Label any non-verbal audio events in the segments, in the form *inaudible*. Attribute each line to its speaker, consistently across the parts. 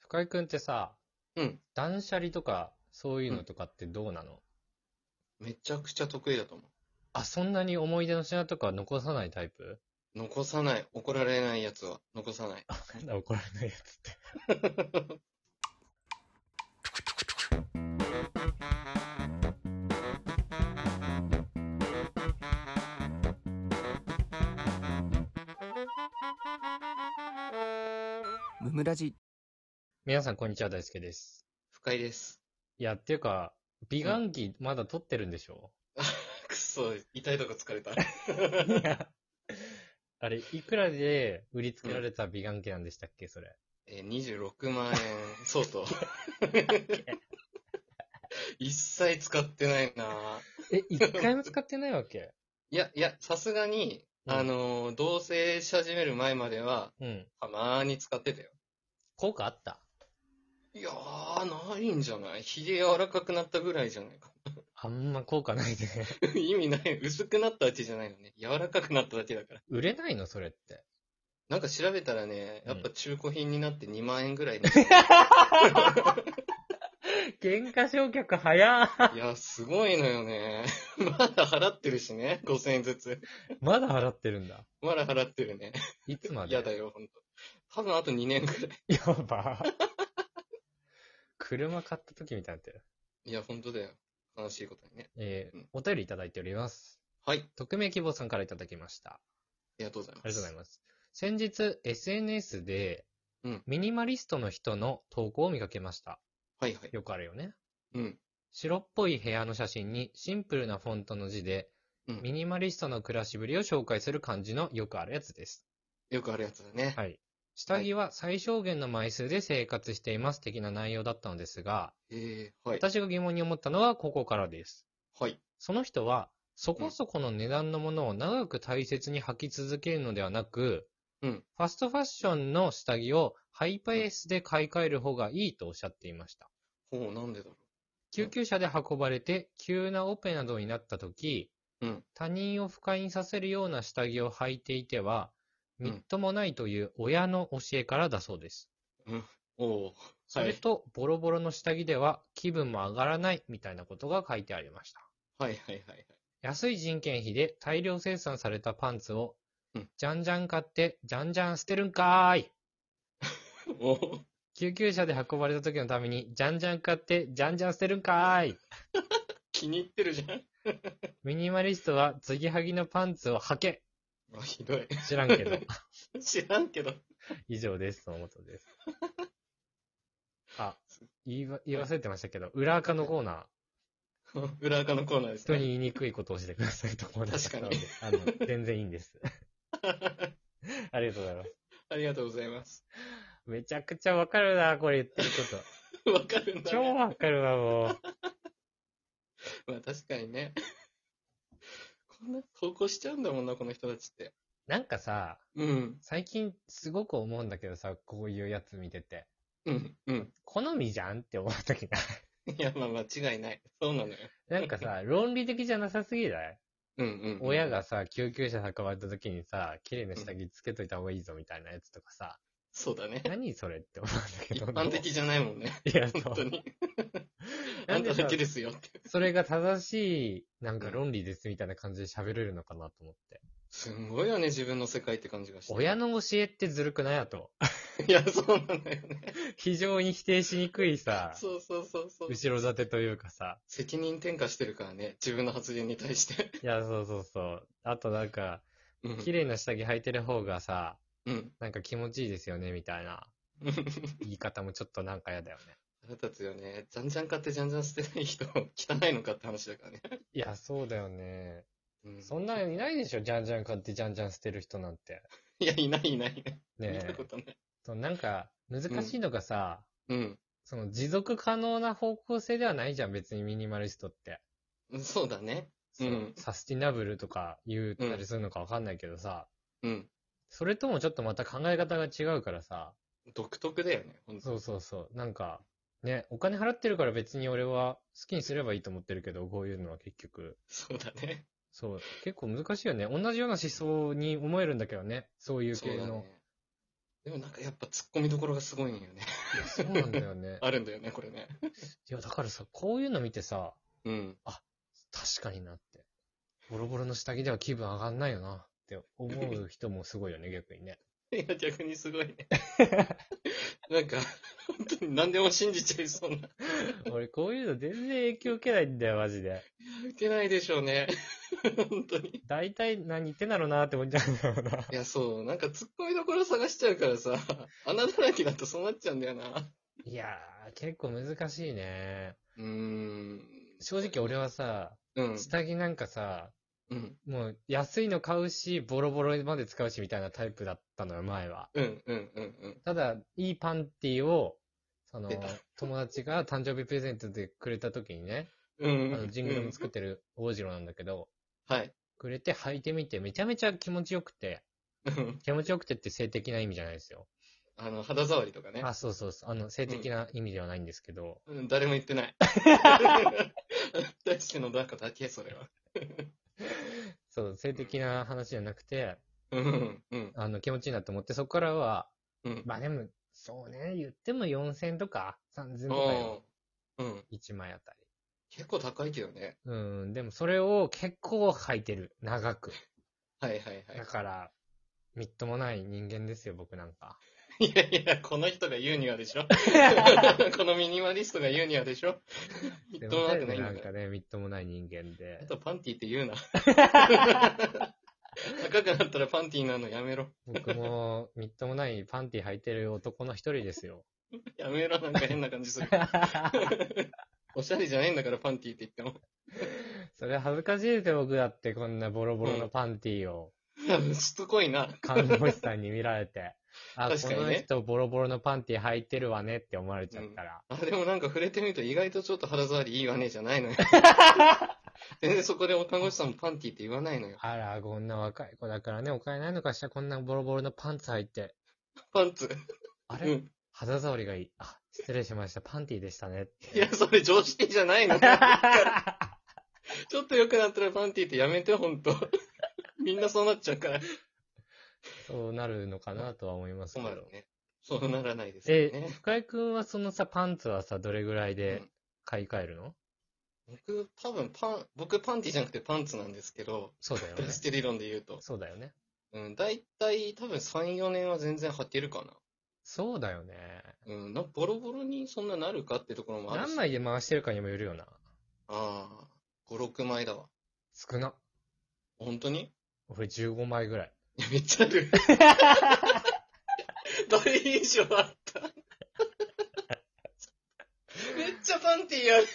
Speaker 1: 深井くんってさ、
Speaker 2: うん。
Speaker 1: 断捨離とか、そういうのとかってどうなの、
Speaker 2: めちゃくちゃ得意だと思
Speaker 1: あ、そんなに思い出の品とか残さないタイプ
Speaker 2: う。残さない。怒られないやつは残さない。
Speaker 1: なんだ怒られないやつって。
Speaker 3: ムムラジ
Speaker 1: 皆さん、こんにちは、大輔です。
Speaker 2: 不快です。
Speaker 1: いや、っていうか、美顔器まだ撮ってるんでしょ、
Speaker 2: *laughs* くそ、痛いとこ疲れた。
Speaker 1: いやあれ、いくらで売りつけられた美顔器なんでしたっけ、それ。
Speaker 2: *laughs* えー、26万円相 *laughs* 当。一切使ってないな
Speaker 1: え、一回も使ってないわけ
Speaker 2: いや、いや、さすがに、
Speaker 1: うん
Speaker 2: あのー同棲し始める前までは、
Speaker 1: うん。
Speaker 2: たまーに使ってたよ。
Speaker 1: 効果あった
Speaker 2: いやー、ないんじゃないひげ柔らかくなったぐらいじゃないか。 *laughs*
Speaker 1: あんま効果ない *laughs* ね。
Speaker 2: 意味ない。薄くなったわけじゃないのね。柔らかくなっただけだから。
Speaker 1: 売れないの、それって。
Speaker 2: なんか調べたらね、
Speaker 1: うん
Speaker 2: やっぱ中古品になって2万円ぐら
Speaker 1: *laughs*
Speaker 2: いね、
Speaker 1: 喧嘩焼却早ー
Speaker 2: いや、すごいのよね。 *laughs* まだ払ってるしね、5000円ずつ。
Speaker 1: まだ払ってるんだ。
Speaker 2: まだ払ってるね。
Speaker 1: いつまで
Speaker 2: 嫌だよ、ほんと。多分あと2年ぐらい。
Speaker 1: やば。車買った時みたいになってる。
Speaker 2: いや、ほんとだよ。悲しいことにね。
Speaker 1: えー
Speaker 2: うん
Speaker 1: お便りいただいております。
Speaker 2: はい。
Speaker 1: 匿名希望さんからいただきました。
Speaker 2: ありがとうございます。
Speaker 1: ありがとうございます。先日、SNS で
Speaker 2: うん、
Speaker 1: ミニマリストの人の投稿を見かけました。
Speaker 2: はいはい。
Speaker 1: よくあるよね。
Speaker 2: うん。
Speaker 1: 白っぽい部屋の写真にシンプルなフォントの字で、
Speaker 2: うん
Speaker 1: ミニマリストの暮らしぶりを紹介する感じのよくあるやつです。
Speaker 2: よくあるやつだね。
Speaker 1: はい。下着は最小限の枚数で生活しています的な内容だったのですが、
Speaker 2: えー、はい。
Speaker 1: 私が疑問に思ったのはここからです。
Speaker 2: はい。
Speaker 1: その人は、そこそこの値段のものを長く大切に履き続けるのではなく、
Speaker 2: うん
Speaker 1: ファストファッションの下着をハイパエスで買い替える方がいいとおっしゃっていました。
Speaker 2: ほう、なんでだろ
Speaker 1: 救急車で運ばれて急なオペなどになった時、
Speaker 2: うん
Speaker 1: 他人を不快にさせるような下着を履いていては、
Speaker 2: う
Speaker 1: み
Speaker 2: ん
Speaker 1: っともないという親の教えからだそうです。
Speaker 2: う。おう。
Speaker 1: それと、ボロボロの下着では気分も上がらないみたいなことが書いてありました。
Speaker 2: はいはいはいはい。
Speaker 1: 安い人件費で大量生産されたパンツを
Speaker 2: うん、
Speaker 1: じゃんじゃん買って、じゃんじゃん捨てるんかーい。
Speaker 2: おう。
Speaker 1: 救急車で運ばれた時のために、じゃんじゃん買って、じゃんじゃん捨てるんかーい。
Speaker 2: 気に入ってるじゃん。
Speaker 1: ミニマリストは、継ぎはぎのパンツを履け。
Speaker 2: あひどい。
Speaker 1: 知らんけど。
Speaker 2: 知らんけど。 *laughs*
Speaker 1: 以上です。そのことです。あ、言いわ言い忘れてましたけど、裏垢のコーナー、
Speaker 2: 裏垢のコーナーです
Speaker 1: 人に
Speaker 2: ね。
Speaker 1: 言いにくいことをしてくださいと思いましたので、あの、全然いいんです。ありがとうございます。
Speaker 2: ありがとうございます。
Speaker 1: めちゃくちゃわかるな、これ言ってること。
Speaker 2: わかるんだ、ね。
Speaker 1: 超わかるわ、もう。
Speaker 2: *laughs* まあ確かにね。こんな投稿しちゃうんだもんな、この人たちって。
Speaker 1: なんかさ、
Speaker 2: うん、
Speaker 1: 最近すごく思うんだけどさ、こういうやつ見てて。
Speaker 2: うん、 *laughs* うん。
Speaker 1: 好みじゃんって思った時ない
Speaker 2: や、まあ間違いない。そうなのよ。
Speaker 1: いなんかさ、論理的じゃなさすぎない
Speaker 2: うん、うん。
Speaker 1: 親。がさ、救急車運ばれた時にさ、綺麗な下着つけといた方がいいぞみたいなやつとかさ、
Speaker 2: そうだね。
Speaker 1: 何それって思うんだけ
Speaker 2: 一
Speaker 1: ど。
Speaker 2: 般的じゃないもんね。
Speaker 1: いや、そ
Speaker 2: 本当
Speaker 1: う。
Speaker 2: に。
Speaker 1: *laughs* な
Speaker 2: あ
Speaker 1: ん
Speaker 2: ん
Speaker 1: で
Speaker 2: た
Speaker 1: さ
Speaker 2: だけですよって。
Speaker 1: それが正しい、なんか論理ですみたいな感じで喋れるのかなと思って。
Speaker 2: すんごいよね、自分の世界って感じがして。
Speaker 1: 親の教えってずるくないや
Speaker 2: *laughs*
Speaker 1: と。
Speaker 2: いや、そうなのよね。
Speaker 1: 非常に否定しにくいさ、
Speaker 2: そうそうそうそう。
Speaker 1: 後ろ盾というかさ。
Speaker 2: 責任転嫁してるからね、自分の発言に対して。
Speaker 1: いや、そうそうそう。あとなんか、
Speaker 2: うん。
Speaker 1: 綺麗な下着履いてる方がさ、
Speaker 2: うん。
Speaker 1: なんか気持ちいいですよね、みたいな
Speaker 2: うん
Speaker 1: 言い方もちょっとなんか嫌だよ
Speaker 2: 腹立つよね。じゃんじゃん買ってじゃんじゃん捨てない人、汚いのかって話だからね。
Speaker 1: ね。いや、そうだよね。
Speaker 2: うん
Speaker 1: そんなのいないでしょ、じゃんじゃん買ってじゃんじゃん捨てる人なんて。
Speaker 2: *laughs* いや、いないいないいない。見
Speaker 1: ね
Speaker 2: た
Speaker 1: え。
Speaker 2: ことない。
Speaker 1: そうなんか、難しいのがさ、
Speaker 2: うん。
Speaker 1: その持続可能な方向性ではないじゃん、別にミニマリストって。
Speaker 2: そうだね。
Speaker 1: そう
Speaker 2: うん
Speaker 1: サスティナブルとか言ったりするのかわかんないけどさ、
Speaker 2: うん。
Speaker 1: それともちょっとまた考え方が違うからさ、
Speaker 2: 独特だよね、ほんと。
Speaker 1: そうそうそう。なんか、ね、お金払ってるから別に俺は好きにすればいいと思ってるけど、こういうのは結局。
Speaker 2: そうだね。
Speaker 1: そう。結構難しいよね。同じような思想に思えるんだけどね。そういう
Speaker 2: そう
Speaker 1: 系
Speaker 2: だ
Speaker 1: の。
Speaker 2: ね。でもなんかやっぱ突っ込みどころがすごいんよね。。
Speaker 1: いや、そうなんだよね
Speaker 2: あるんだよね、これね。
Speaker 1: いや、だからさ、こういうの見てさ、
Speaker 2: うん。
Speaker 1: 確かになって。ボロボロの下着では気分上がんないよなって思
Speaker 2: *laughs*
Speaker 1: う人もすごいよね、逆にね。
Speaker 2: いや、逆にすごいね。
Speaker 1: *laughs*
Speaker 2: なんか、本当に何でも信じちゃいそうな。
Speaker 1: 俺、こういうの全然影響受けないんだよ、マジで。
Speaker 2: 受けないでしょうね。 *laughs* 本当に。
Speaker 1: 大体何言ってんだろうなって思っちゃうんだろうな。
Speaker 2: いや、そう、なんか突っ込みどころ探しちゃうからさ、穴だらけだとそうなっちゃうんだよな。
Speaker 1: いやー、結構難しいね。
Speaker 2: うーん。
Speaker 1: 正直俺はさ、
Speaker 2: うん。
Speaker 1: 下着なんかさ、
Speaker 2: うん。
Speaker 1: もう安いの買うし、ボロボロまで使うしみたいなタイプだったのよ、前は。
Speaker 2: うん。うん。うん。うん。
Speaker 1: ただ、いいパンティを、その
Speaker 2: 出た、
Speaker 1: 友達が誕生日プレゼントでくれた時にね、
Speaker 2: う
Speaker 1: あ
Speaker 2: ん。
Speaker 1: の、ジングルも
Speaker 2: っ
Speaker 1: 作ってる王次郎なんだけど、
Speaker 2: はい。
Speaker 1: くれて履いてみて、めちゃめちゃ気持ちよくて、
Speaker 2: *laughs* うん
Speaker 1: 気持ちよくてって性的な意味じゃないですよ。
Speaker 2: あの、肌触りとかね。
Speaker 1: あ、そうそうそう、あの、性的な意味ではないんですけど、
Speaker 2: うん誰も言ってない。大してのなんかだけ、それは。
Speaker 1: そう、性的な話じゃなくて、
Speaker 2: うん。うん。
Speaker 1: あの、気持ちいいなと思って、そこからは、
Speaker 2: うん。
Speaker 1: まあでも、そうね、言っても4000とか3000とかよ、
Speaker 2: うん。うん。
Speaker 1: 1枚あたり。
Speaker 2: 結構高いけどね。
Speaker 1: うん、でもそれを結構履いてる、長く。
Speaker 2: はいはいはい
Speaker 1: だ。から、みっともない人間ですよ、僕なんか。
Speaker 2: いやいや、この人が言うにはで
Speaker 1: *laughs*
Speaker 2: しょこのミニマリストが言うにはでしょみっともなくないん
Speaker 1: な
Speaker 2: だ
Speaker 1: ん
Speaker 2: か。
Speaker 1: からね、みっともない人間
Speaker 2: あ
Speaker 1: で。
Speaker 2: とパンティって言
Speaker 1: *laughs*
Speaker 2: うな。高くなったらパンティになるのやめろ。
Speaker 1: 僕も、みっともないパンティ履いてる男の一人です
Speaker 2: *laughs*
Speaker 1: よ。
Speaker 2: やめろ、なんか変な感じする。おしゃれじゃないんだからパンティって言っても。
Speaker 1: それ恥ずかしいですよ、僕だって、こんなボロボロのパンティを、
Speaker 2: しつこいな。
Speaker 1: 看護師さんに見られて。あ、
Speaker 2: 確か
Speaker 1: こ
Speaker 2: にね
Speaker 1: の人ボロボロのパンティ履いてるわねって思われちゃったら。
Speaker 2: あ、でもなんか触れてみると意外とちょっと肌触りいいわね、じゃないのよ。全然そこでお看護師さんもパンティって言わないのよ。
Speaker 1: あら、こんな若い子だからね、お金ないのかしら、こんなボロボロのパンツ履いて。
Speaker 2: パンツ。
Speaker 1: あ
Speaker 2: う
Speaker 1: れ、
Speaker 2: ん。
Speaker 1: 肌触りがいい。あ、失礼しました。パンティでしたね。
Speaker 2: いや、それ常識じゃないの。ちょっと良くなったらパンティーってやめて、ほんと。 *laughs* みんなそうなっちゃうから。
Speaker 1: そうなるのかなとは思いますけ
Speaker 2: そう
Speaker 1: ど
Speaker 2: な。るね。そうならないですよ
Speaker 1: え
Speaker 2: ね、。
Speaker 1: 深井くんはそのさ、パンツはさ、どれぐらいで買い替えるの、
Speaker 2: 僕、多分パン、僕パンティーじゃなくてパンツなんですけど、
Speaker 1: そうだよね
Speaker 2: *laughs* 出。して理論で言うと。
Speaker 1: そうだよね。
Speaker 2: うん、だいたい多分3、4年は全然履けるか
Speaker 1: そうだよね。
Speaker 2: な。うん、なボロボロにそんななるかってところもあるし。
Speaker 1: 何枚で回してるかにもよるよな。
Speaker 2: ああ、5、6枚だわ。
Speaker 1: 少な。
Speaker 2: 本当に
Speaker 1: 俺15枚ぐらい。
Speaker 2: いや、めっちゃ
Speaker 1: *laughs*
Speaker 2: ある。大印象あった。めっちゃパンティーやる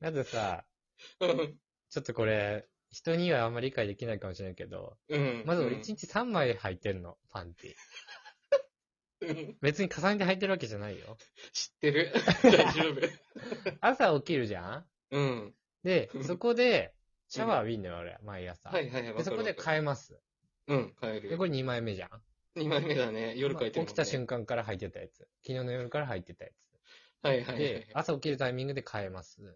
Speaker 1: だってさ、。
Speaker 2: うん
Speaker 1: ちょっとこれ、人にはあんまり理解できないかもしれないけど、
Speaker 2: うん
Speaker 1: まず
Speaker 2: うん
Speaker 1: 俺1日3枚履いてんの、パンティ。
Speaker 2: うん
Speaker 1: 別に重ねて履いてるわけじゃないよ。
Speaker 2: 知っ
Speaker 1: *laughs*
Speaker 2: てる大丈夫。
Speaker 1: 朝起きるじゃん
Speaker 2: うん。 *laughs*
Speaker 1: で、そこで、シャワー浴びんのよ、俺、毎朝。
Speaker 2: はいはいはい。
Speaker 1: で、
Speaker 2: わか
Speaker 1: そ
Speaker 2: る
Speaker 1: こで
Speaker 2: わかる
Speaker 1: 変えます。
Speaker 2: うん、帰
Speaker 1: で、
Speaker 2: る。
Speaker 1: これ2枚目じゃん。
Speaker 2: 2枚目だね。夜帰って
Speaker 1: まあ起きた瞬間から履いてたやつ。昨日の夜から履いてたや
Speaker 2: 間。はいはい
Speaker 1: つ。
Speaker 2: はい
Speaker 1: で、朝起きるタイミングで変えます。
Speaker 2: はい。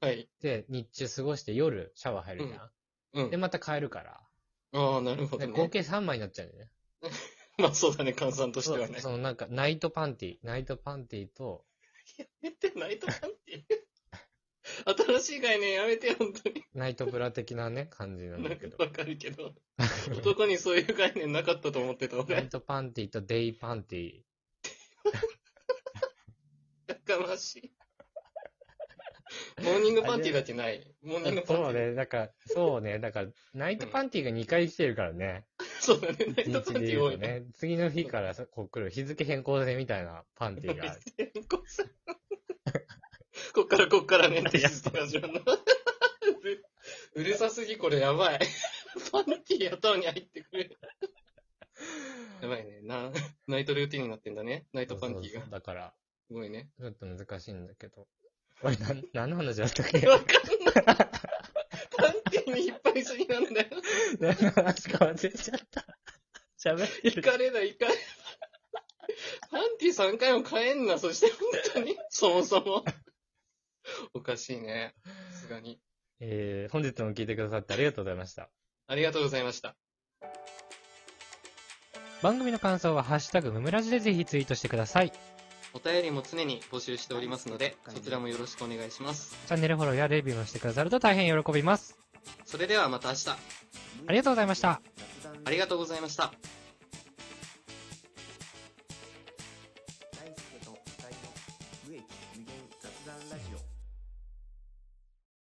Speaker 2: はい。
Speaker 1: で、日中過ごして夜シャワー入るじゃん。
Speaker 2: うん
Speaker 1: で、。また変えるから。
Speaker 2: ああ、なるほど
Speaker 1: で合
Speaker 2: ね。
Speaker 1: 計3枚になっちゃうんだよね。
Speaker 2: *laughs* まあそうだね、換算としては
Speaker 1: そ
Speaker 2: ね
Speaker 1: う。そのなんか、ナイトパンティ、ナイトパンティと、
Speaker 2: やめて、ナイトパンティ。新しい概念やめて、本当に。
Speaker 1: ナイトブラ的なね、感じなん
Speaker 2: な
Speaker 1: だ
Speaker 2: ん *laughs*
Speaker 1: けど
Speaker 2: か。わかるけど。男にそういう概念なかったと思ってた、
Speaker 1: ナイ
Speaker 2: 俺。
Speaker 1: トパンティとデイパンティ。
Speaker 2: やかましい。モーニングパンティだけない。モーニングパンティ。
Speaker 1: そうね、だから、そうね、だから、ナイトパンティが2回来てるからね。
Speaker 2: そうだね、ナイ
Speaker 1: 一日
Speaker 2: トパン
Speaker 1: で
Speaker 2: テ
Speaker 1: 言
Speaker 2: ィ多
Speaker 1: う
Speaker 2: い
Speaker 1: と
Speaker 2: ね。
Speaker 1: ね、次の日からさこう来る日付変更でみたいなパンティがある。
Speaker 2: こっからこっからね *laughs* って言ってたじゃん。うるさすぎ、これやばい。パンティー頭に入ってくる。
Speaker 1: *laughs*
Speaker 2: やばいね。な、ナイトルーティンになってんだね。ナイトパンティー
Speaker 1: そうそ
Speaker 2: が
Speaker 1: うそう。だから、
Speaker 2: すごいね。
Speaker 1: ちょっと難しいんだけど。俺、なん、何の話だったっ
Speaker 2: *laughs*
Speaker 1: け
Speaker 2: わかんない。パンティーに引っ張りすぎなんだよ。
Speaker 1: 何の話か忘れちゃった。 *laughs* 喋って
Speaker 2: い
Speaker 1: る。
Speaker 2: かれだ、いかれだ。パンティー3回も変えんな、そして本当に。そもそも。おかしいね。さすがに。
Speaker 1: えー、本日も聞いてくださってありがとうございました。
Speaker 2: ありがとうございました。
Speaker 1: 番組の感想はハッシュタグムムラジでぜひツイートしてください。チ
Speaker 2: お便りも常に募集しておりますので、そちらもよろしくお願いします。
Speaker 1: ャンネルフォローやレビューもしてくださると大変喜びます。
Speaker 2: それではまた明日、
Speaker 1: ありがとうございました。
Speaker 2: ありがとうございました。
Speaker 4: 大輔と二人の無益無限雑談ラジオ